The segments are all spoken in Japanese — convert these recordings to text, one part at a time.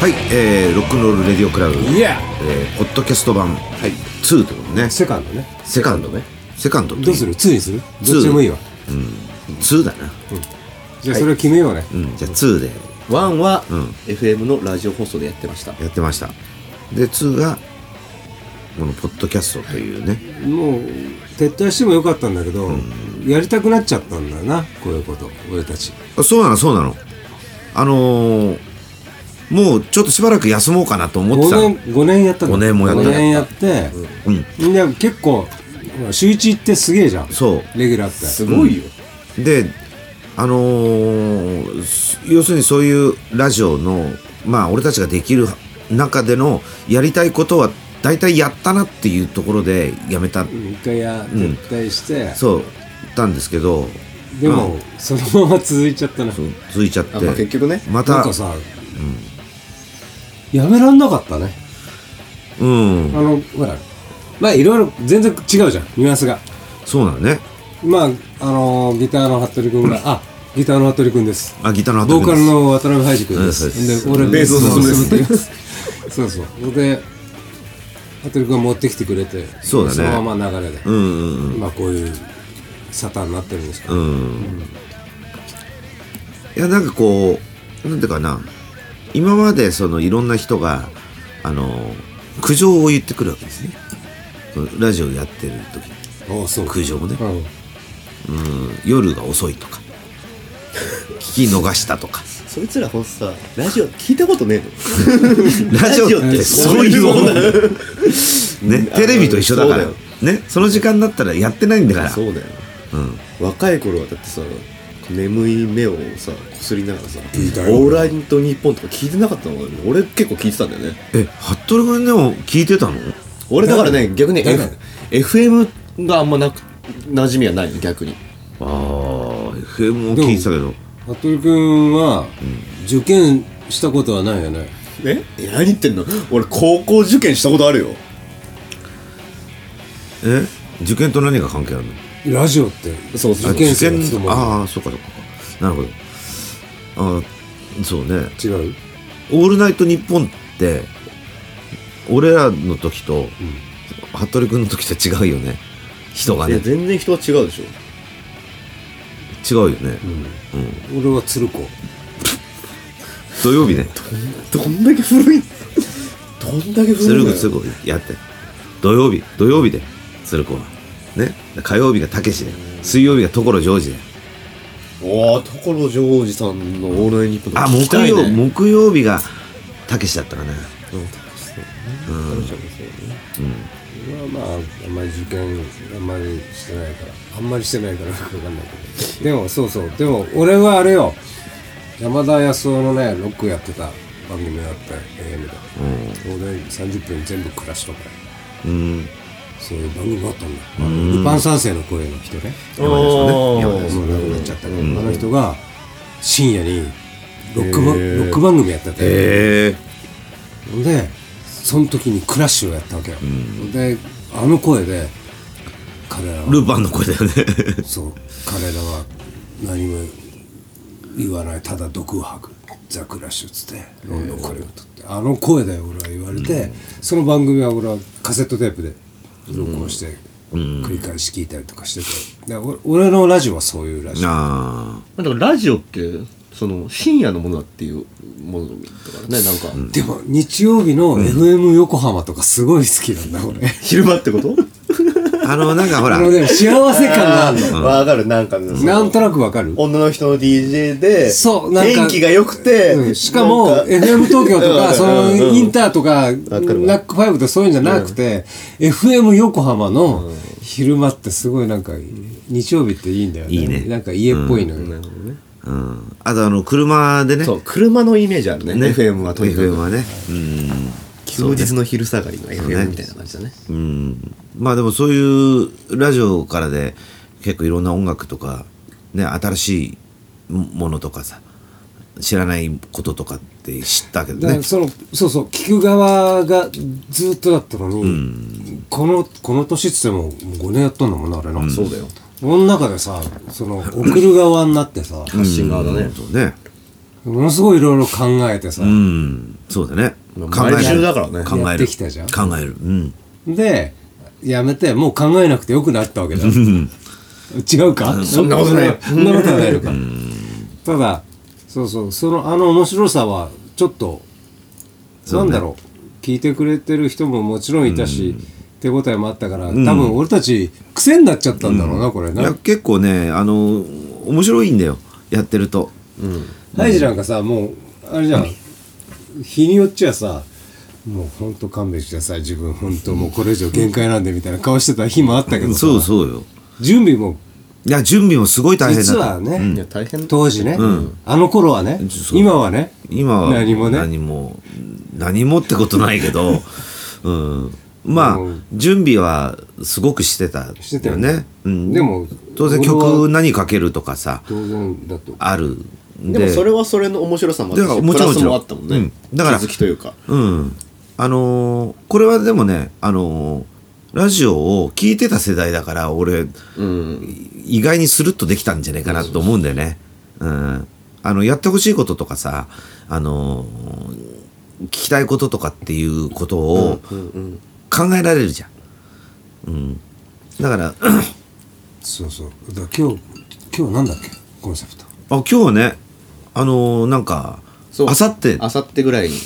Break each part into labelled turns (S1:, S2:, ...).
S1: はい、えー、ロックンロールレディオクラブ、
S2: いや
S1: えー、ポッドキャスト版
S2: い
S1: 2ってことね、
S2: セカンドね
S1: セカンドねセカンドって
S2: どうする2にする
S1: ツー
S2: どっちでもいいわ
S1: 2だな
S2: じゃあそれを決めようね
S1: うんじゃあ2で
S3: ワンは、
S1: ん
S3: FM のラジオ放送でやってました。
S1: やってましたで2がこのポッドキャストというね、
S2: もう撤退してもよかったんだけどやりたくなっちゃったんだよなこういうこと俺たち
S1: あそうなのそうなのあのー、もうちょっとしばらく休もうかなと思ってた
S2: 5年五年やったの
S1: 五年もやった
S2: 五年やって
S1: うん
S2: みんな結構ほら週一ってすげえじゃん
S1: そ
S2: レギュラーって
S3: すごいよ。
S1: うであのーす要するにそういうラジオのまあ俺たちができる中でのやりたいことは大体やったなっていうところでやめた
S2: 一回や撤退して、
S1: そうたんですけど
S2: でも、そのまま続いちゃったな
S1: そう続いちゃって
S3: あまあ、結局ね。
S1: ま
S2: な
S1: た
S2: んかさ、やめらんなかったね
S1: うん
S2: あのほらまあいろいろ全然違うじゃんニュアンスが
S1: そうなのね
S2: まああのギターの服部君があギターの服部君です
S1: あギターの
S2: ボーカル
S1: です
S2: の渡辺ハイジ君です
S1: うんそうです
S2: で俺
S3: ベースの進むです
S2: ベースの進むって言います そうそうで服部君が持ってきてくれて
S1: そうだね
S2: のまま流れで、
S1: うんうんうん
S2: まあこういうサターになってるんですけど、
S1: うんいやなんかこうなんていうかな今までそのいろんな人があの苦情を言ってくるわけですねそのラジオやってる時
S2: ああそう
S1: 苦情もね、
S2: うん
S1: うん、夜が遅いとか聞き逃したと か
S3: そいつらほんとさ、ラジオ聞いたことねえ の。
S1: ラジオってそういうものだよねテレビと一緒だから
S3: そう
S1: ねその時間だったらやってないんだから
S3: そうだよ。
S1: うん
S3: 若い頃はだってさ、眠い目をさ、こすりながらさ、オ
S2: いたよ
S3: ーライトニッポンとか聞いてなかったの俺結構聞いてたんだよね。
S1: え服部君でも聞いてたの
S3: 俺だからね、逆に、
S2: 誰
S3: F、FM があんまなく、馴染みはないの、逆に。
S1: ああ FM も聞いてたけど
S2: 服部君は受験したことはないよね
S3: え何言ってんの俺高校受験したことあるよ。
S1: え受験と何が関係あるの
S2: ラジオって
S3: そうそう
S1: あ
S2: 受験生の
S1: 受
S2: 人
S1: 験
S2: も
S1: ああそうかそうかなるほどああそうね
S2: 違う
S1: 「オールナイトニッポン」って俺らの時と、服部君の時と違うよね人が
S3: いや
S1: ね
S3: 全然人は違うでしょ。
S1: 違うよね、
S2: 俺は鶴子
S1: 土曜日ね
S3: どんだけ古いどんだけ
S1: す
S3: 古い
S1: る
S3: ん
S1: ぐ
S3: だ
S1: す
S3: よ
S1: ぐやって土曜日土曜日で鶴子はね火曜日がたけしで水曜日が所ジョージで
S3: おお所ジョージさんの「オールナイトニッポン」
S1: あ
S3: 聞き
S1: 木
S3: たい
S1: 曜、
S3: ね
S1: 木曜日がたけしだったかな
S2: 俺はまああんまり受験あんまりしてないからあんまりしてないからよくわかんないけどでもそうそうでも俺はあれよ山田康夫のねロックやってた番組があって AM で俺30分全部暮らしとか
S1: うん
S2: そういう番組があったんだあのルパン三世の声の人ね
S3: 山田です
S2: も
S3: よ
S2: う亡
S3: ね
S2: くなっちゃったけど、あの人が深夜にロックバ、
S3: へー
S2: ロック番組やってて、
S1: え
S2: ほんでその時にクラッシュをやったわけよ、ほんであの声で彼ら
S1: ー、
S2: は
S1: ルパンの声だよ ね
S2: そう彼らは何も言わないただ毒を吐くザ・クラッシュっつってロンドン彼をとってあの声だよ俺は言われて、その番組は俺はカセットテープで録音して繰り返し聞いたりとかしてて、で俺俺のラジオはそういうラジオ
S1: あ
S3: まあでもラジオってその深夜のものだっていうものだからねなんか、
S2: でも日曜日の FM 横浜とかすごい好きなんだ俺。
S3: 昼間ってこと
S1: ああのなんかほら
S2: あのね、幸せ感が あるの。
S3: わかるなんかねその
S2: なんとなくわかる
S3: 女の人の DJ で
S2: そう、なんか。
S3: 天気が良くて、
S2: うんしかも、
S3: なん
S2: FM 東京と
S3: う
S2: か、
S3: ん
S2: その、
S3: うん
S2: インターとか、ラ
S3: わかるわ
S2: ックファイブとかそういうんじゃなくて、FM 横浜の昼間ってすごいなんか、日曜日っていいんだよね。
S1: いいね
S2: なんか家っぽいのよ。
S1: うん、あとあの車でね
S3: そう車のイメージあるね
S1: ね
S3: FM はとにか
S1: FM
S3: く
S1: はねうん
S3: 休日の昼下がりの
S1: ね
S3: FM みたいな感じだね
S1: うんまあでもそういうラジオからで結構いろんな音楽とかね新しいものとかさ知らないこととかって知ったけど
S2: だから
S1: ね
S2: そのそうそう聞く側がずっとだったのに、このこの年っつってももう5年やったんだもんなあれな、
S3: そうだよ
S2: その中でさその送る側になってさ
S3: 発信側だね、
S1: そうね
S2: ものすごいいろいろ考えてさ、
S1: うんそうだね
S3: まあ
S1: 考える
S3: 毎週だからね
S1: 考
S2: や
S1: え
S2: っ
S1: る
S2: てきたじゃん
S1: 考えるうん
S2: でやめてもう考えなくてよくなったわけだ違うか
S3: そんなことない
S2: そんなことないのかただそうそうそのあの面白さはちょっと、
S1: そう
S2: な
S1: ね
S2: んだろう聞いてくれてる人ももちろんいたし、手応えもあったから多分俺たち癖になっちゃったんだろうな、これ
S1: いや
S2: な
S1: 結構ねあの面白いんだよやってると
S2: ハイジなんかさもうあれじゃん日によっちゃさもうほんと勘弁してください自分ほんともうこれ以上限界なんでみたいな顔してた日もあったけどさ
S1: そうそうよ
S2: 準備も
S1: いや準備もすごい大変だ
S2: 実はね、
S3: いや大変
S2: 当時ね、あの頃はね
S1: そう
S2: 今はね
S1: 今は
S2: 何もね
S1: 何も何もってことないけ ど、うん、まあ
S2: うん
S1: 準備はすごくしてたよね
S2: してたよね
S1: うん、
S2: でも
S1: 当然
S2: 俺は
S1: 曲何かけるとかさ
S2: 当然だと
S1: あるんで
S3: でもそれはそれの面白さもあった
S1: だから
S3: し
S1: も
S3: プ
S1: ちろん
S3: ラ
S1: も
S3: ス
S1: ちろん
S3: もあったもんね、
S1: うんだから
S3: 気づきというか
S1: うんあのーこれはでもねあのーラジオを聞いてた世代だから俺
S3: うん
S1: 意外にスルッとできたんじゃないかなと思うんだよね。うん、あのやってほしいこととかさ、あのー聞きたいこととかっていうことを考えられるじゃん。うん、だから、 あ
S2: そうそうだから今日今日なんだっけコンセプト
S1: 今日はね、あのーなんか、あさって、
S3: あさってぐらいに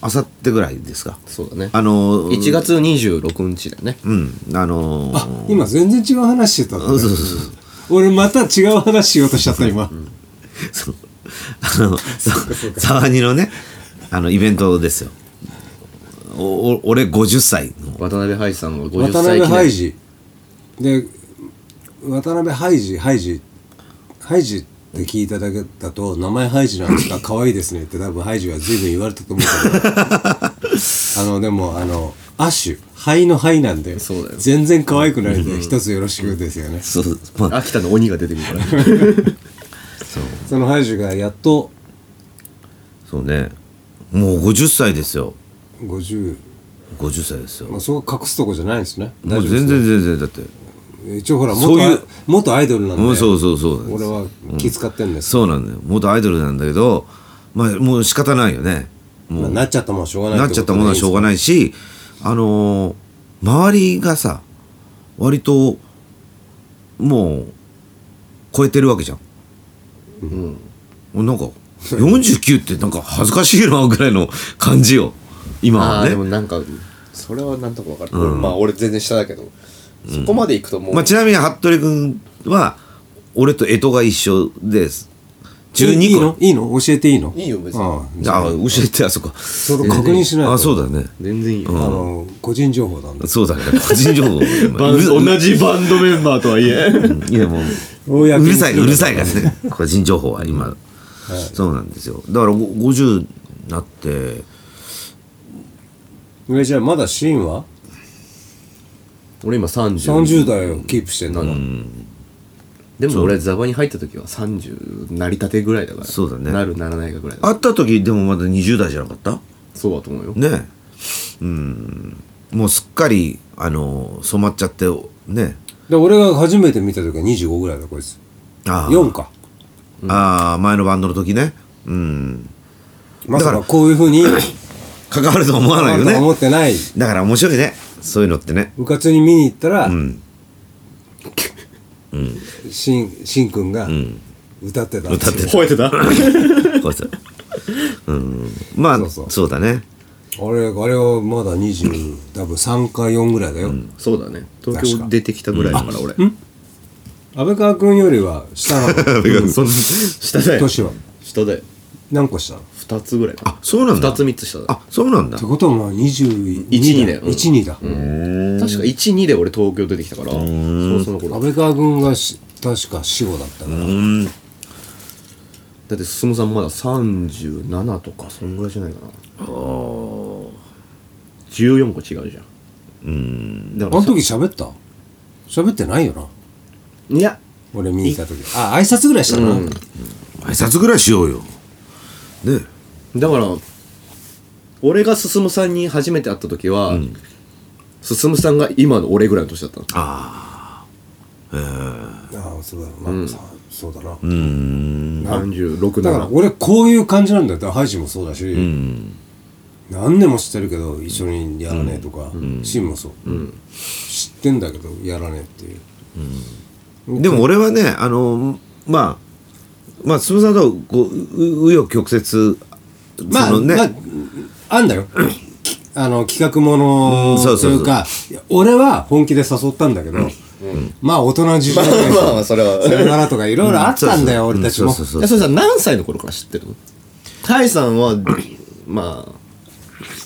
S1: あさってぐらいですか。
S3: そうだね
S1: あのー
S3: 1月26日だね
S1: うん、あのー
S2: あ今全然違う話してたんだね
S1: そうそうそう
S2: 俺また違う話しようとしちゃった今、
S1: そう あの、沢にのね、あの、イベントですよ。おお俺50歳の
S3: 渡辺ハイジさんが50
S2: 渡
S3: 歳
S2: 辺
S3: 記
S2: ハイ
S3: 念
S2: ジで渡辺ハイジハイジハイジって聞いただけだと名前ハイジなんですか 可愛いですねって多分ハイジは随分言われたと思う けどあのでもあのアッシュ灰の灰なんで
S3: そうだよ
S2: 全然可愛くないんで一つよろしくですよね
S1: そう、まあ、
S3: 秋田の鬼が出てくるから
S1: そう
S2: そのハイジがやっと
S1: そうねもう50歳ですよ
S2: 50、
S1: 50歳ですよ
S2: ま
S1: も
S2: あ、そこは隠すとこじゃないんですね
S1: う全然全然だって
S2: 一応ほら元
S1: そういう
S2: ア元アイドルなんで
S1: もうそうそうそうなんです
S2: 俺は気遣ってんです、
S1: そうなんだよ元アイドルなんだけどまあもう仕方ないよねも
S2: まあ
S1: う
S2: なっちゃったもんはしょうがない
S1: なっちゃったものはしょうが
S2: ない
S1: ないしあのー周りがさ割ともう超えてるわけじゃん
S3: うん
S1: なんか49ってなんか恥ずかしいなぐらいの感じよ今
S3: あ
S1: は
S3: あー
S1: ね
S3: でもなんかそれはなんとか分かる、まあ俺全然下だけど、そこまで行くともう、
S1: まあ、ちなみに服部君は俺と干支が一緒です
S2: いい
S1: 12個
S2: のいいの教えていいの
S3: いいよ別に
S2: ああ
S1: じゃあ教えてあそこ
S2: それ確認しないと
S1: あそうだね
S3: 全然いいよ、
S2: あの個人情報なんだ
S1: そうだね個人情報
S3: バン
S1: うる
S3: 同じバンドメンバーとはいえ
S1: いやもうう
S2: 公に
S1: るさいうるさいからね個人情報は今、そうなんですよだからご50になって
S2: 上じゃあまだシーンは
S3: 俺今30
S2: 30代をキープしてんだから
S3: でも俺ザバに入った時は30成り立てぐらいだから
S1: そうだね
S3: なるならないかぐらいだ
S1: 会った時でもまだ20代じゃなかった
S3: そうだと思うよ、
S1: ねうんもうすっかりあの染まっちゃってね
S2: で俺が初めて見た時は25ぐらいだこいつ
S1: あー
S2: 4か
S1: ああ前のバンドの時ねうん
S2: まさ
S1: だか
S2: からこういうふ うに
S1: 関わるとは思わないよ
S2: あなたは思っ
S1: ね
S2: てない
S1: だから面白いねそういうのってね
S2: 部活に見に行ったら、
S1: ん
S2: しんしんくんが歌ってたんです
S1: 歌
S2: よ
S1: って
S3: 吠えて た
S1: こいつうんまあそ
S2: そううそう
S1: だね
S2: 俺あれはまだ20多分3か4ぐらいだよ、
S3: そうだね東京出てきたぐらいだから俺、
S2: 安倍川君よりは下 なの
S3: そん下だよ
S2: 年は
S3: 下だよ
S2: 何個下なのっ
S3: 2つぐらい
S1: あそうなんだ
S3: 2つ3つ下だ
S1: あそうなんだ
S2: てことはまあ22
S3: 12だ
S2: だ
S3: ようん
S2: 12だ、
S3: 確か12で俺東京出てきたからそのその頃
S2: 安倍川君がし確か死後だったから、
S1: うん
S3: だって進さんまだ37とかそんぐらいじゃないかなあ14個違うじゃんうんだ
S2: あ
S3: か
S2: の
S3: らさ
S2: 時喋った喋ってないよない
S3: や
S2: 俺見に行った時あ挨拶ぐらいしたな、
S1: 挨拶ぐらいしようよね
S3: だから俺が進さんに初めて会った時は、進さんが今の俺ぐらいの年だったの
S1: あ
S2: ああそうだな、さそうだな、
S1: あうーん
S3: 36
S2: だから
S3: な
S2: 俺こういう感じなんだよだからハイジもそうだし、何年も知ってるけど一緒にやらねえとか、シンもそう、知ってんだけどやらねえっていう
S1: でも俺はねあのまあまあ鈴さんとはこうう紆余曲折
S2: ま
S1: そ
S2: あ、
S1: のね、
S2: まああんだよきあの企画もの
S1: うんそうそ
S2: と
S1: う
S2: い
S1: そう
S2: うかいや俺は本気で誘ったんだけど、まあ大人の事情だから
S3: まあまあそれは
S2: さよならとかいろいろあったんだよ、
S1: うん
S2: 俺たちも、
S1: うんそうそう
S3: えそれさ何歳の頃から知ってるのタイさんは ま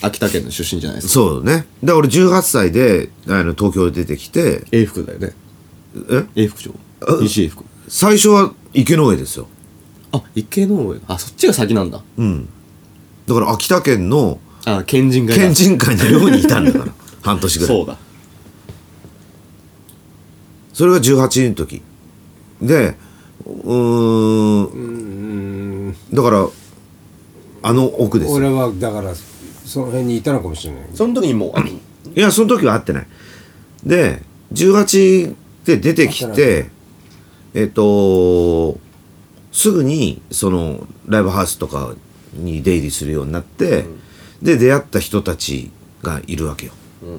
S3: あ秋田県の出身じゃないですか
S1: そうねで俺18歳であの東京出てきて
S3: 英福だよね
S1: え
S3: 英福町西英福
S1: 最初は池の上ですよ
S3: あ池の上あそっちが先なんだ
S1: うんだから秋田県の
S3: あ県人が
S1: 県人会の寮にいたんだから 半年ぐらい
S3: そうだ
S1: それが18の時でうーんだからあの奥ですよ
S2: 俺はだからその辺にいたのかもしれない
S3: その時にもうあ
S1: いやその時は会ってないで18で出てき
S2: 会って
S1: てえっとすぐにそのライブハウスとかに出入りするようになって、で出会った人たちがいるわけよ。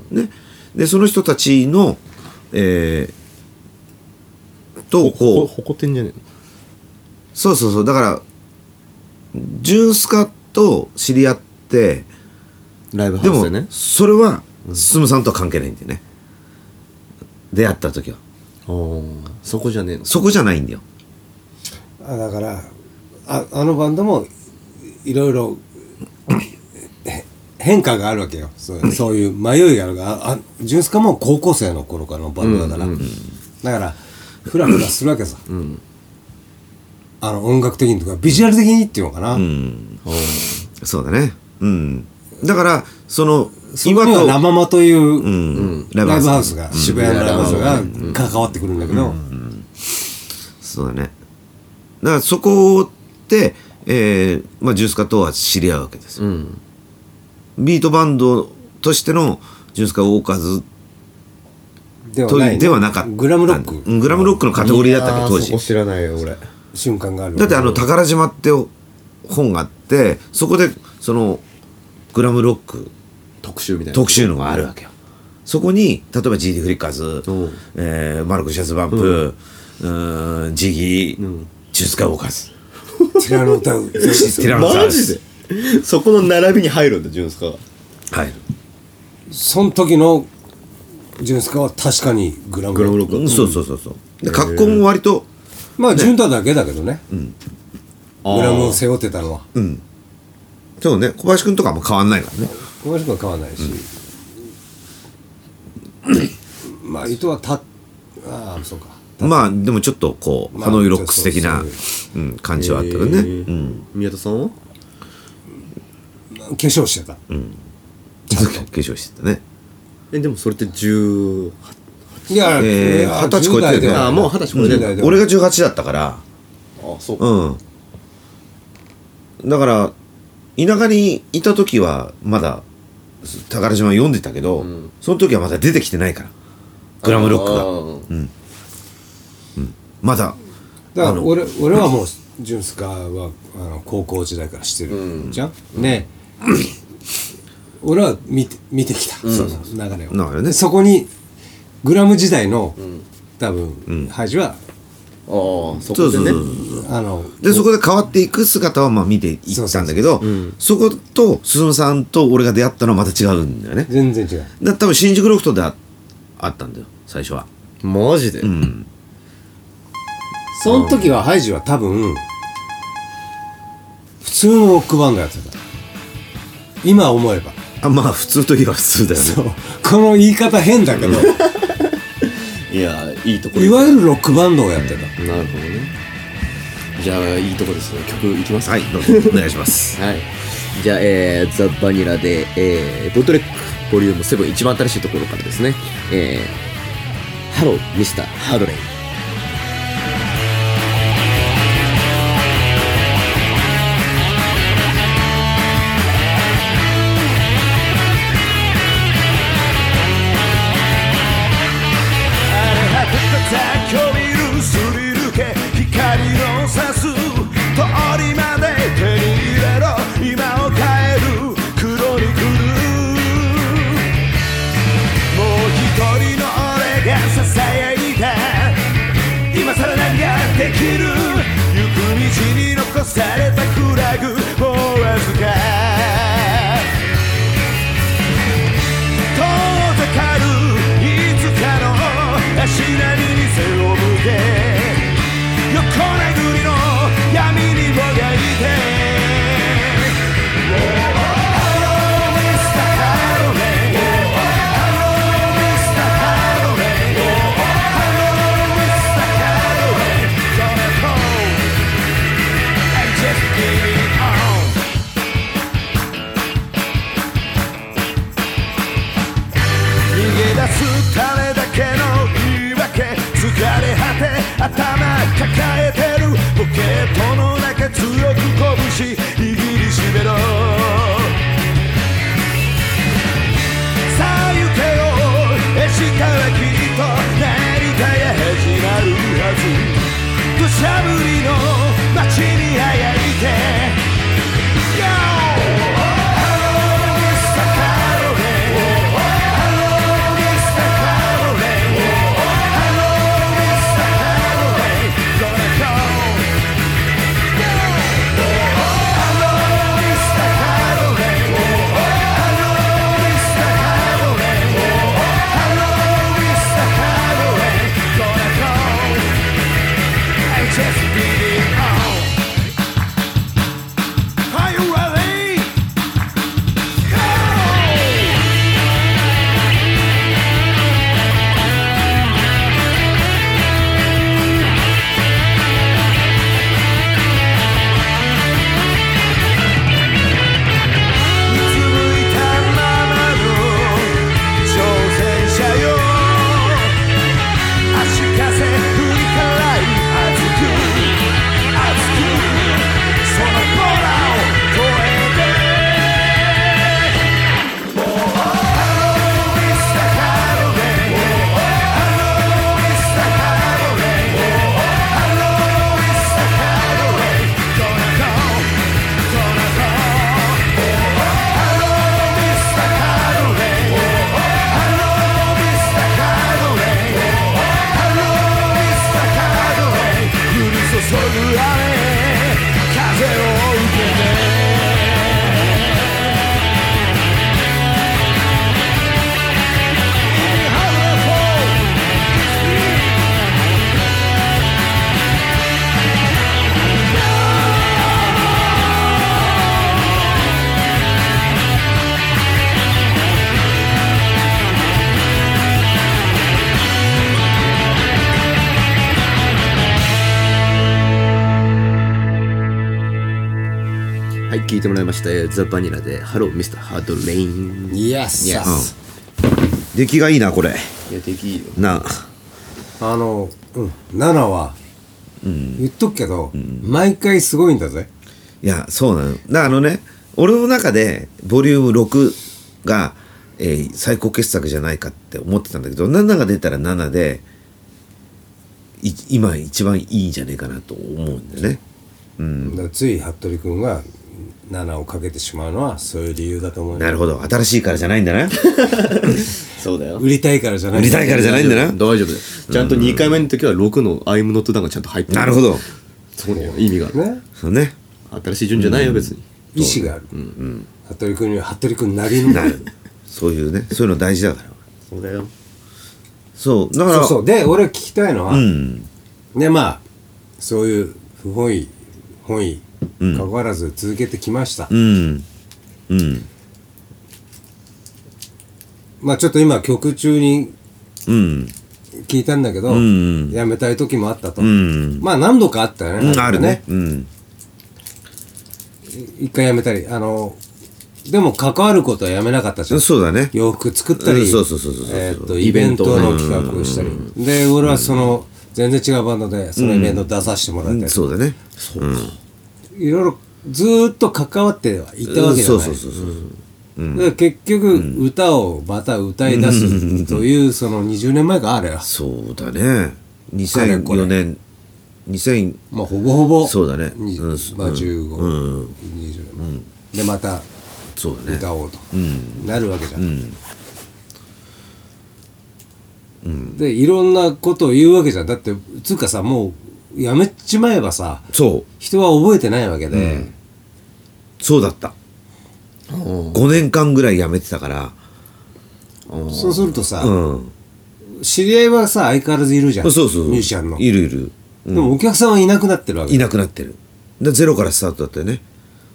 S1: ね、でその人たちのえーとこう
S3: ほほこてんじゃねえの
S1: そうそうそうだからジュースカと知り合って
S3: ライブハ
S1: で
S3: ウス
S1: も
S3: でね
S1: それは進さんとは関係ないんだよね出会った時は
S3: おーそこじゃねえの
S1: そこじゃないんだよ
S2: あだからああのバンドもいろいろへ変化があるわけよそうそういう迷いがあるがあジュンスカも高校生の頃からのバンドだから、だからフラフラするわけさ、あの音楽的にとかビジュアル的にっていうのかな、
S1: うんそうだねうんだからその
S2: そこ
S1: 今
S2: には
S1: と
S2: 生間という、
S1: うん
S2: ラ
S1: ラ
S2: イ
S1: イ
S2: ブ
S1: ブ
S2: ハ
S1: ハ
S2: ウ
S1: ウ
S2: ス
S1: ス
S2: が、渋谷のライブハウスが関わってくるんだけど、
S1: そうだねだからそこで、えーまあ、ジュースカとは知り合うわけですよ
S3: うん
S1: ビートバンドとしてのジュースカオーカーズ
S2: では
S1: と
S2: ないね
S1: ではなかった
S2: グラムロック、
S1: うんグラムロックのカテゴリーだったけど当時
S3: いやーそこ知らないよ俺
S2: 瞬間がある
S1: だってあの「宝島」って本があってそこでそのグラムロック
S3: 特集みたいな
S1: 特集のがあるわけよそこに例えば GD フリッカーズ
S3: うん、
S1: えーマルコ・シャツバンプ、うーん、ジギー、ジュースカ・ウォーカー
S2: ティラノタ ウン
S1: ズティラノサウ
S3: マ
S1: ル
S3: ジ
S1: ス
S3: でそこの並びに入るんだジュンスカが
S1: はい
S2: その時のジュンスカは確かにグラムロック
S3: ロッ
S1: うんそうそうそうそうで格好も割と
S2: まあジュンタだけだけどね、
S3: あー
S2: グラムを背負ってたのは
S1: そうね小林君とかも変わんないからね
S2: 小林君は変わらないし、まあ伊藤はたああそうか
S1: まあでもちょっとこう
S2: まあ
S1: ハノイロックス的な
S2: そう、
S1: うん、感じはあったよね、
S3: へ
S1: う
S3: ー
S1: ん
S3: 宮田さんは
S2: 化粧してた、
S1: 化粧してたね
S3: えでもそれって18
S2: いや
S1: えー
S2: いや
S1: 二十歳超えてるね
S2: 10代では
S3: あーもう二十歳超えてる
S2: 10代では
S1: 俺が18だったから
S3: あそうか
S1: うんだから田舎にいた時はまだす宝島読んでたけど、
S3: ん
S1: その時はまだ出てきてないからグラムロックが
S3: が
S1: まだ
S2: だから
S1: の
S2: 俺俺はもうジュンスカはあの高校時代からしてる、じゃん ね俺は見て見てきた、その流れを
S1: 流れね
S2: そこにグラム時代の、多分ハジは、
S3: ああそ
S1: そ
S3: こ
S1: う
S3: で
S1: そう
S3: ね
S1: そう
S2: あの
S1: でそこで変わっていく姿はまあ見ていったんだけどそこと鈴さんと俺が出会ったのはまた違うんだよね
S2: 全然違う
S1: だ多分新宿ロフトでああったんだよ最初は
S3: マジで
S1: うん
S2: その時はハイジは多分普通のロックバンドやってた今思え ば
S1: あまあ普通といえば普通だよね
S2: そうこの言い方変だけど
S3: いやいいところ
S2: いわゆるロックバンドをやってた
S3: なるほどねじゃあいいとこですね曲いきます
S1: はいどうぞお願いします
S3: はいじゃあ、えー、ザ・バニラで、えー、ボトレックボリューム7一番新しいところからですねえー、ハローミスターハードレイ
S4: 荒れ果てた雑居ビルすり抜け光の差す通りまで手に入れろ今を変える黒に変頭抱えてるポケットの中強く拳握りしめろさあ行けよ明日はきっと何かが始まるはず土砂降りの街にあやいて Yo! Hello, Mr. Caroline. Hello, Mr. Caroline. Hello, Mr. Caroline. Gonna go. Hello, Mr. Caroline. Hello, Mr. Caroline. Hello, Mr. Caroline. Gonna go. I just did it all. Are you ready? Go!「うつむいたままの挑戦者よ」「足かせ振り払い熱く熱く」「そのコーラを越えて」「もう Hello Mr. Halloween」「Hello Mr. Halloween」「Hello Mr. Halloween」「Gonna go, gonna go」注ぐ雨風を受けて
S3: はい、聞いてもらいました。えーザ・バニラで、ハロー、ミスター・ハードレイン。
S2: イエス
S3: イエス
S1: 出来がいいなこれ
S3: いや、できいよ。
S1: なあ
S2: あの、うん、7は、言っとくけど、毎回すごいんだぜ。
S1: いやそうなのだあのね俺の中でボリューム6が、えー最高傑作じゃないかって思ってたんだけど7が出たら7でい今一番いいんじゃねえかなと思うんだよね
S2: だからつい服部君が7をかけてしまうのはそういう理由だと思うよ
S1: なるほど新しいからじゃないん だな
S3: そうだよ。
S2: 売りたいからじゃない
S1: 売りたいからじゃないんだな
S3: 大丈夫だよ。ちゃんと2回目の時は6の「I'm not done」がちゃんと入って
S1: なるほど
S3: そうだよ意味がある
S2: ね
S1: そうね
S3: 新しい順じゃないよ別に
S2: 意思がある、服部君には服部君なりの
S1: なるそういうねそういうの大事だから
S3: そうだよ
S1: そうだから
S2: そうそうで俺聞きたいの
S1: う
S2: は、
S1: ん
S2: でまあそういう不本意本意かかわらず続けてきました、
S1: うんうん
S2: まあちょっと今曲中に
S1: うん
S2: 聞いたんだけど、
S1: ん
S2: やめたい時もあったと、
S1: うん
S2: まあ何度かあったよね、
S1: う
S2: なん
S1: ん
S2: か
S1: あるねうん
S2: 一回やめたりあのでも関わることはやめなかったじゃん
S1: そうだね
S2: 洋服作ったり、
S1: うんそうそうそうそうそう
S2: えーっとイベントの企画をしたり、で俺はその、全然違うバンドでそのイベント出させてもらったり、
S1: そうだね
S2: いろいろずーっと関わってはいたわけじゃな
S1: そ
S2: い、
S1: うそうそうそう
S2: で結局、歌をまた歌い出すという、その20年前があれよ
S1: そうだね
S2: れこれ
S1: 2004年2000
S2: まあほぼほぼ
S1: そうだね
S2: に
S1: うん
S2: まあ1520年、
S1: うん
S2: でまた
S1: そうだね
S2: 歌おうと、なるわけじゃん、でいろんなことを言うわけじゃんだってつうかさもうやめちまえばさ
S1: そう
S2: 人は覚えてないわけで、
S1: そうだった5年間ぐらいやめてたから
S2: そうするとさ、
S1: うん
S2: 知り合いはさ相変わらずいるじゃん
S1: そうそう
S2: ミュージシャンの
S1: いるいる
S2: でもお客さんはいなくなってるわけ
S1: いなくなってるでゼロからスタートだったよね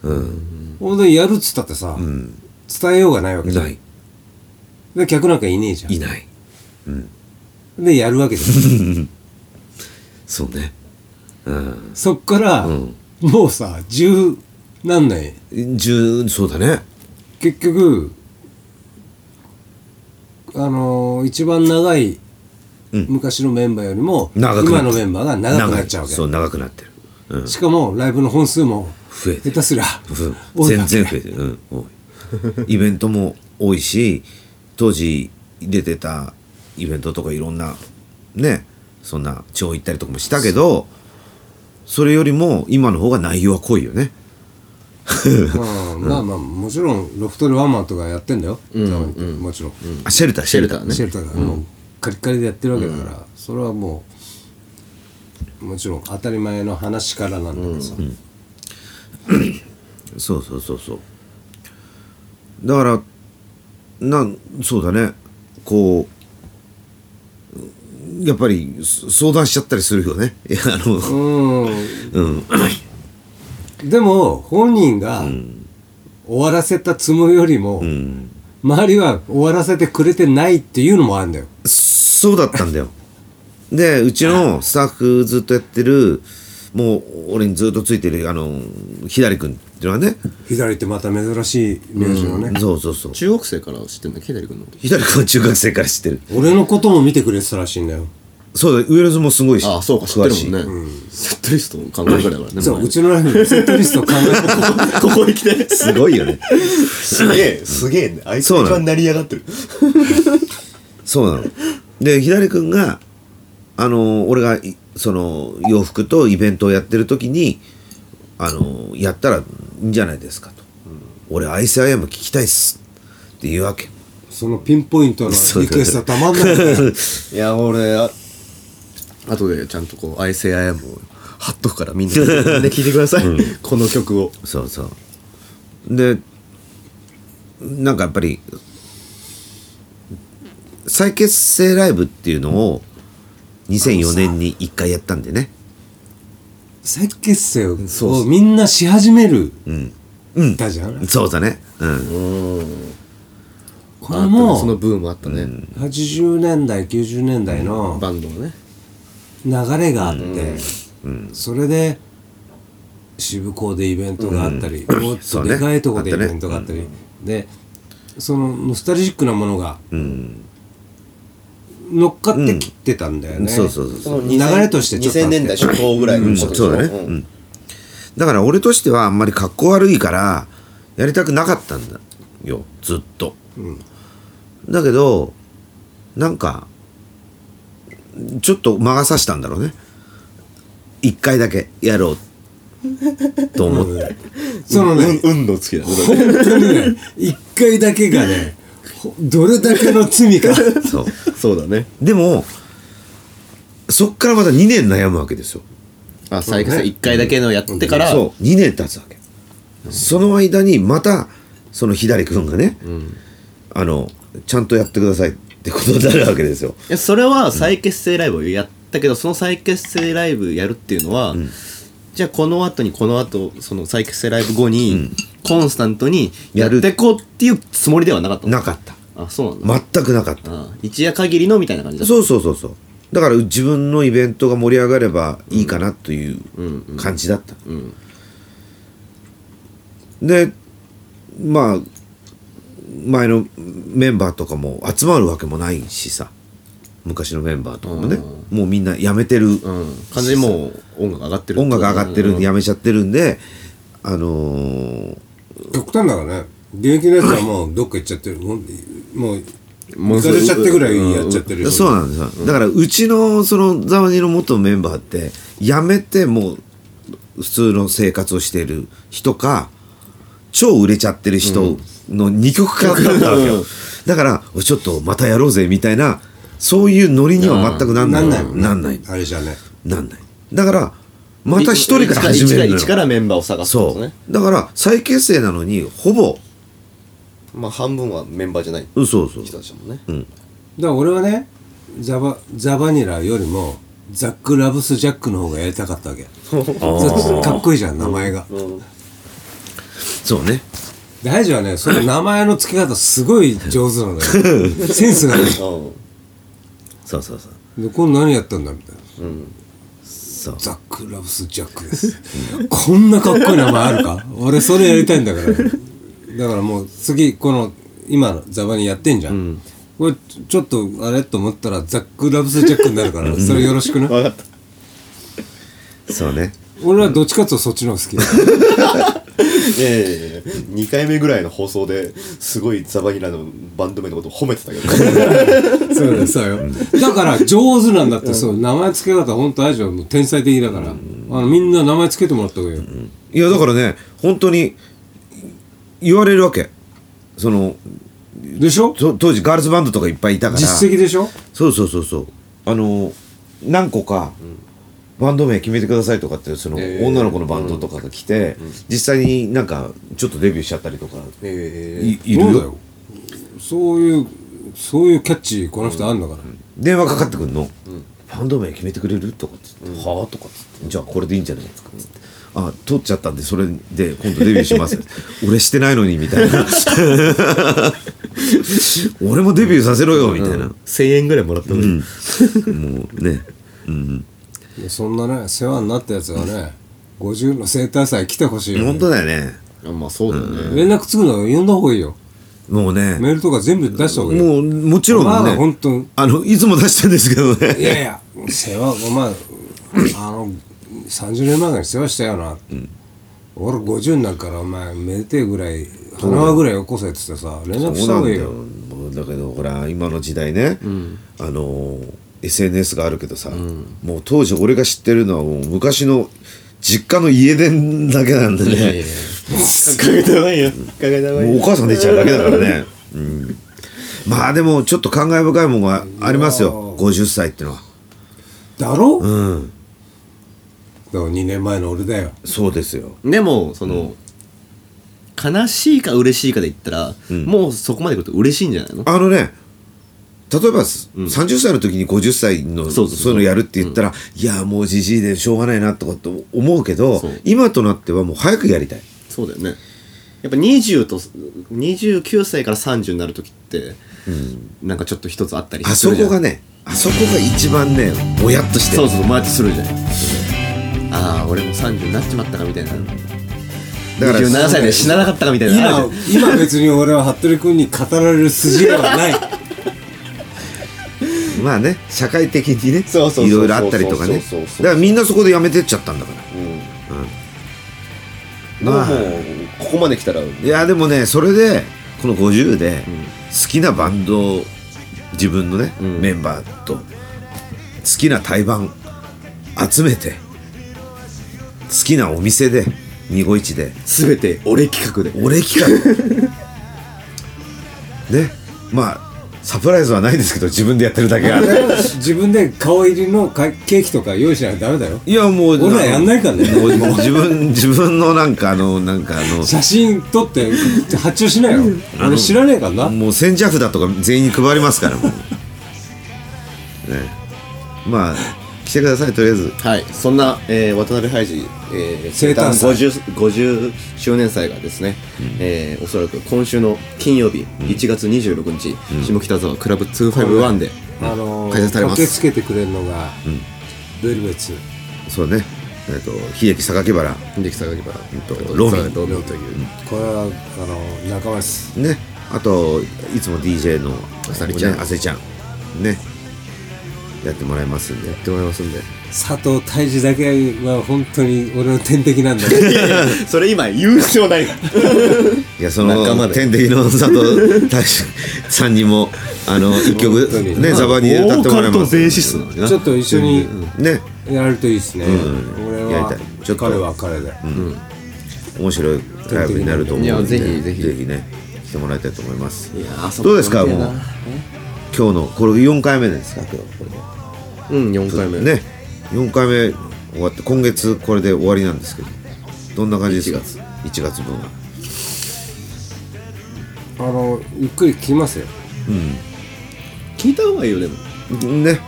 S1: うん
S2: ほんでやるっつったってさ、伝えようがないわけじゃん
S1: ない
S2: で客なんかいねえじゃ
S1: い
S2: ん
S1: ない
S2: でやるわ けじゃん
S1: そうねうん
S2: そっから、もうさ十何年
S1: 10そうだね
S2: 結局あのー一番長い昔のメンバーよりも
S1: 長くな
S2: 今
S1: って
S2: のメンバーが長くなっちゃうわけ
S1: そう長くなってる、うん、
S2: しかもライブの本数も
S1: 増えて
S2: 下手すりゃ
S1: うん全然増えてる、うん、多いイベントも多いし当時出てたイベントとかいろんなねそんな地方行ったりとかもしたけどそれよりも今の方が内容は濃いよね
S2: うんまあまあもちろんロフトでワンマンとかやってんだよ、もちろん、
S1: あシェルターシェルター
S3: ね
S2: シェルターがもうカリッカリでやってるわけだから、それはもうもちろん当たり前の話からなんだけどさ、
S1: そうそうそうそうだからなんそうだねこうやっぱりそ相談しちゃったりするよねいやあの
S2: でも本人が終わらせたつもりよりも、周りは終わらせてくれてないっていうのもあるんだよ
S1: そうだったんだよ。で、うちのスタッフずっとやってる、もう俺にずっとついてる、あの、ひだりくんっていうのはね、
S2: 左ってまた珍しい名字のね、
S1: そうそうそう。
S3: 中学生から知ってんだケダリ君のこと
S1: ひだりくんは中学生から知ってる。
S2: 俺のことも見てくれてたらしいんだよ
S1: そうだ、ウエルズもすごいし。
S3: ああそうか知ってるもんね、
S1: 詳しい
S3: セットリストの考えぐらいだからね
S2: そう
S3: 前
S2: うちのライブのセットリストを考え て
S3: ここに来て
S1: すごいよね。
S5: すげえ、すげえね。あいつ
S1: そう
S5: 一
S1: なの
S5: 番成り上がってる。
S1: そうなの。で、ひだりくんが、あの、俺がい、その、洋服とイベントをやってる時に、あの、やったらいいんじゃないですかと。俺、アイスアイアム聞きたいっす。って言うわけ。
S2: そのピンポイントのリクエストはたまんないんだよ
S3: いや俺あ後でちゃんとこう「愛せあやむ」貼っとくからみんなで聞いてください、この曲を
S1: そうそうでなんかやっぱり再結成ライブっていうのを2004年に1回やったんでね
S2: 再結成を
S3: そうそう
S2: みんなし始める
S1: うんうん
S2: だじゃん
S1: そうだねうん
S2: これ
S3: あもその
S2: も
S3: ブームあったね、
S2: 80年代90年代の
S3: バンドのね
S2: 流れがあって、それで渋港でイベントがあったり、もっ
S1: そ
S2: と
S1: うね
S2: でかいとこで
S1: あっ
S2: イ
S1: たね
S2: ベントがあったりでそのノスタルジックなものが
S1: うん
S2: 乗っかってきてたんだよね、
S1: そうそうそうそう
S2: 流れとしてちょっとあ
S5: 2000
S2: って
S5: 年代初頭ぐらい
S1: うん
S5: のことでし
S1: そ
S5: ょ
S1: うだねうんだから俺としてはあんまり格好悪いからやりたくなかったんだよずっと、だけどなんかちょっと魔が差したんだろうね一回だけやろうと思って、
S2: そのね
S5: うん、うんのつきだね。
S2: 本当にね一回だけがねほどれだけの 罪か
S1: そう
S3: そうだね
S1: でもそっからまた2年悩むわけですよ
S3: あ再結成1回だけのやってから、
S1: そう2年経つわけ、その間にまたその左くんがね、あのちゃんとやってくださいってことになるわけですよ
S3: いやそれは再結成ライブをやったけど、その再結成ライブやるっていうのは、じゃあこの後にこの後その再結成ライブ後に、コンスタントにや
S1: やる
S3: ってこうっていうつもりではなかったの
S1: なかった
S3: あそうなんだ、
S1: 全くなかった
S3: あ一夜限りのみたいな感じだった
S1: そうそうそうそうだから自分のイベントが盛り上がればいいかなという感じだった、でまあ前のメンバーとかも集まるわけもないしさ昔のメンバーとかもね、もうみんな辞めてる、
S3: うん、完全にもう音楽上がってる
S1: 音楽上がってるん
S3: うん
S1: でやめちゃってるんで、あのー
S2: 極端だからね現役のやつはもうどっか行っちゃってるもうもう
S3: もう
S2: 行かれちゃってぐらいやっちゃってるよ
S1: そうなんですよ、だからうちのそのザワニの元メンバーってやめてもう普通の生活をしている人か超売れちゃってる人の二極化だったわけよ、だからおちょっとまたやろうぜみたいなそういうノリには全くなんな
S2: ないんないもんね
S1: なんない
S2: あれじゃね
S1: なんないだからまた一人から始めるの
S3: 一か
S1: よ
S3: らメンバーを探すん
S1: そ
S3: ですね
S1: うだから再結成なのにほぼ
S5: まあ、半分はメンバーじゃない
S1: うんそうそう
S5: 人たちだもんね。
S2: だから俺はねザバザバニラよりもザック・ラブス・ジャックの方がやりたかったわ けザかっこいいじゃん名前が、
S1: そうね
S2: でハイジはねその名前の付け方すごい上手なの よセンスがね
S1: そうそうそう
S2: でこれ何やったんだみたいな
S1: そう
S2: ザック・ラブス・ジャックですこんなかっこいい名前あるか俺それやりたいんだからだからもう次この今のザバニラやってんじゃん、これちょっとあれと思ったらザック・ラブス・ジャックになるからそれよろし くない
S3: 分かった
S1: そうね
S2: 俺はどっちかっていうとそっちの方が好きだ
S5: いやいやいや2回目ぐらいの放送ですごいザバニラのバンド名のことを褒めてたけど
S2: そうだよそうよだから上手なんだってそう名前付け方本当大丈夫天才的だからあのみんな名前付けてもらった方がいいよ
S1: いやだからね本当に言われるわけその
S2: でしょ
S1: そ当時ガールズバンドとかいっぱいいたから
S2: 実績でしょ
S1: そうそうそうそうあの何個かバンド名決めてくださいとかってその
S5: えー
S1: 女の子のバンドとかが来て、実際になんかちょっとデビューしちゃったりとか
S5: え
S1: い,、いる
S2: そう
S1: よ
S2: だよそういうそういうキャッチこの人あんだから
S1: 電話かかってくんの、バンド名決めてくれるとかっつって、はあとかっつってじゃあこれでいいんじゃないですかっつってあ取っちゃったんでそれで今度デビューします 俺してないのにみたいな 俺もデビューさせろよみたいな、
S3: 1000円ぐらいもらったのに、
S1: もうねうん
S2: いやそんなね世話になったやつがね50の生誕祭来てほしいよね
S1: 本当だよね
S3: あまあそうだよね、
S2: 連絡つくの呼んだ方がいいよ
S1: もうね
S2: メールとか全部出した方がいいよ
S1: もうもちろん
S2: ま
S1: ね
S2: あ本当
S1: あのいつも出してるんですけど
S2: い
S1: ね
S2: やいや世話まああの30年前から世話したよな、俺50になるからお前めでてえぐらい花輪ぐらいよこせっつってさ連絡した方がいいよ
S1: もうだけどほら今の時代ね、あの SNS があるけどさ、もう当時俺が知ってるのはもう昔の実家の家電だけなんでね
S3: かけたいよかけた
S1: もうお母さん出ちゃうだけだからね、うん、まあでもちょっと感慨深いもんがありますよ50歳ってのは
S2: だろ、
S1: うん
S2: だから2年前の俺だよ
S1: そうですよ
S3: でもその、悲しいか嬉しいかで言ったら、もうそこまで来ると嬉しいんじゃないの
S1: あのね例えば、30歳の時に50歳のそ
S3: そううそうそう
S1: いうのやるって言ったら、いやもうじじいでしょうがないなとかと思うけど
S3: そう
S1: 今となってはもう早くやりたい
S3: そうだよねやっぱ20と29歳から30になる時って、なんかちょっと一つあったり
S1: あ
S3: す
S1: そ
S3: るじゃ
S1: こ
S3: ん
S1: がねあそこが一番ねぼやっとして
S3: そうそうマーチするじゃんああ俺も30になっちまったかみたいな
S1: だから
S3: 27歳で死ななかったかみたいな
S2: 今
S3: あるじ
S2: 今別に俺は服部君に語られる筋ではない
S1: まあね社会的にね
S5: そうそうそうそう
S1: いろいろあったりとかね
S5: そうそうそうそう
S1: だからみんなそこでやめてっちゃったんだから
S5: ー、もう
S1: まあ
S5: ここまで来たら
S1: いやでもねそれでこの50で好きなバンドを自分のね、メンバーと好きな対バン集めて好きなお店で251で
S3: ゃん全て俺企画で
S1: 俺企画 ねまあサプライズはないですけど自分でやってるだけある
S2: 自分で顔入りのかケーキとか用意しないとダメだよ
S1: いやもう
S2: 俺らやんないからね
S1: もうもう自分自分のなんかあのなんかあの
S2: 写真撮って発注しなよ俺知らねえからな
S1: もう千社札とか全員に配りますから もうねまあ来てくださいとりあえず
S3: はい、そんな、えー渡辺ハイジ、えー、
S2: 生
S3: 生
S2: 誕
S3: 誕
S2: 祭
S3: 50, 50周年祭がですね、えーおそらく今週の金曜日、1月26日、下北沢クラブ251で、
S2: あのー
S3: 開催されます
S2: 駆けつけてくれるのが、ベルベツ
S1: そうねえっ、と悲劇榊原
S3: できさがきばら、えっと
S1: ロミン
S3: ロミンという、
S2: これはあのー仲間です
S1: ねあといつも DJ のあ
S3: さりちゃん
S1: あさりちゃんねやってもらいますんで
S3: ってもらいますんで。
S2: 佐藤泰治だけは本当に俺の天敵なんだけど
S3: それ今、優勝ない
S1: いやその
S3: 仲間で
S1: 天敵の佐 藤大志さんにもあの一曲
S2: 本当に
S1: ねザバに歌ってもらいます
S3: なのに
S2: ちょっと一緒に
S1: ね
S2: やれるといいですね、
S1: うん
S2: 俺
S1: や
S2: は
S1: りたいちょっと
S2: 彼は彼で、
S1: 面白いライブになると思うので
S3: いやぜひぜひ
S1: ぜひね来てもらいたいと思います
S3: いやーそっか
S1: どうですか
S3: 見
S1: も
S3: て
S1: う
S3: えな
S1: 今日のこれ4回目ですか今日これ
S3: うん、4回目。
S1: ね4回目終わって今月これで終わりなんですけどどんな感じですか1月分は
S2: あのゆっくり聞きますよ
S3: 聞いた方がいいよ、でも。
S1: ね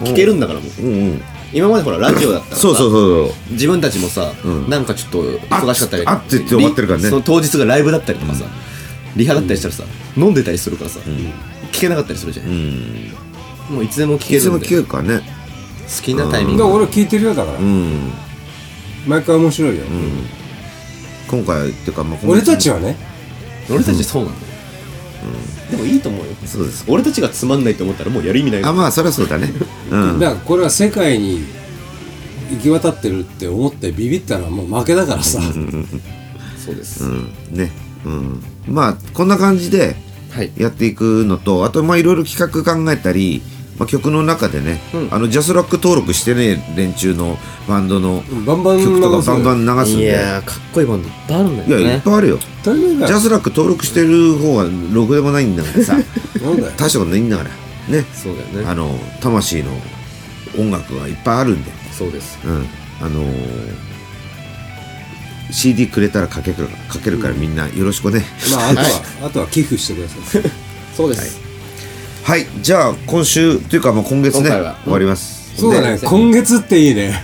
S3: 聞けるんだからもう。
S1: うんうん
S3: 今までほら、ラジオだったからさ
S1: そうそうそうそう
S3: 自分たちもさ、
S1: ん
S3: なんかちょっと忙しかったり
S1: あっつあっつって終わってるからね
S3: リその当日がライブだったりとかさ、リハだったりしたらさ、飲んでたりするからさ、聞けなかったりするじゃん、もういつでも聞け
S1: いつ
S3: る
S1: も
S3: ん
S1: 聞
S3: で
S1: け
S3: 好
S1: るからね
S3: きなタイミ
S2: で
S3: ング
S2: 俺聞いてるよだから、
S1: うん
S2: 毎回面白いよ、
S1: 今回っていうかまあ今
S2: 俺
S1: 月も
S2: たちはね
S3: 俺たちそうなんだよ、でもいいと思うよ
S1: そうです
S5: 俺たちがつまんないと思ったらもうやる意味ない
S1: あまあそりゃそうだねうん
S2: だからこれは世界に行き渡ってるって思ってビビったらもう負けだからさ、
S5: そうです、
S1: うんねうんまあこんな感じで
S3: はい
S1: やっていくのとあとまあいろいろ企画考えたり、まあ、曲の中でね、あのジャスラック登録してね連中のバンドの
S2: バンバン流す
S1: 曲とかバンバン流すん
S3: い
S1: で
S3: やーかっこいいバンドいっぱいあるんだ
S1: いや
S3: よ
S1: いっ
S3: ね
S1: ぱいあるよ
S2: とに
S1: ジ
S2: かく
S1: ャスラック登録してる方がろくでもないんだからさ
S2: なんだよ
S1: 大したことないんだからね
S3: そうだよね
S1: あの魂の音楽がいっぱいあるんで、
S3: そうです
S1: うん、あのー CD くれたらかけるかけるからみんなよろしくね、
S2: まああとは、あとは寄付してください
S3: そうです
S1: はいじゃあ今週というかもう今月ね
S3: 今回は
S1: 終わります、
S2: そうだ
S1: で
S2: ね今月っていいね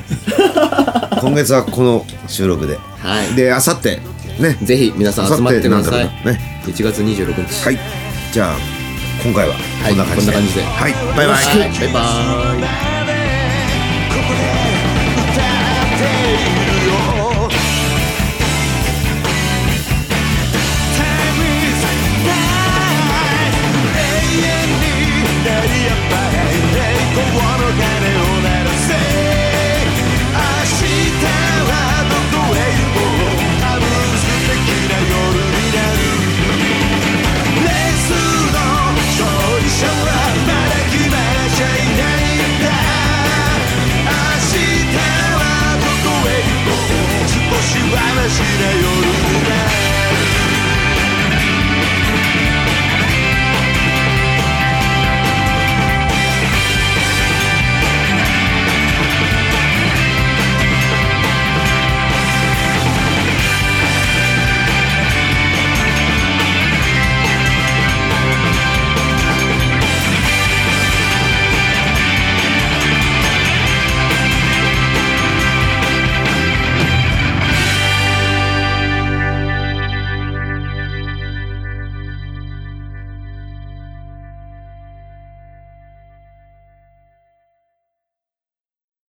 S1: 今月はこの収録で、
S3: はい
S1: であさってね
S3: ぜひ皆さん集まってください
S1: 明後日なんだろうなね
S3: 1月26日
S1: はいじゃあ今回はこんな感じで,、
S3: はいこんな感じで
S1: はいバイバイ
S3: はいバイバーイ
S4: ここで歌っている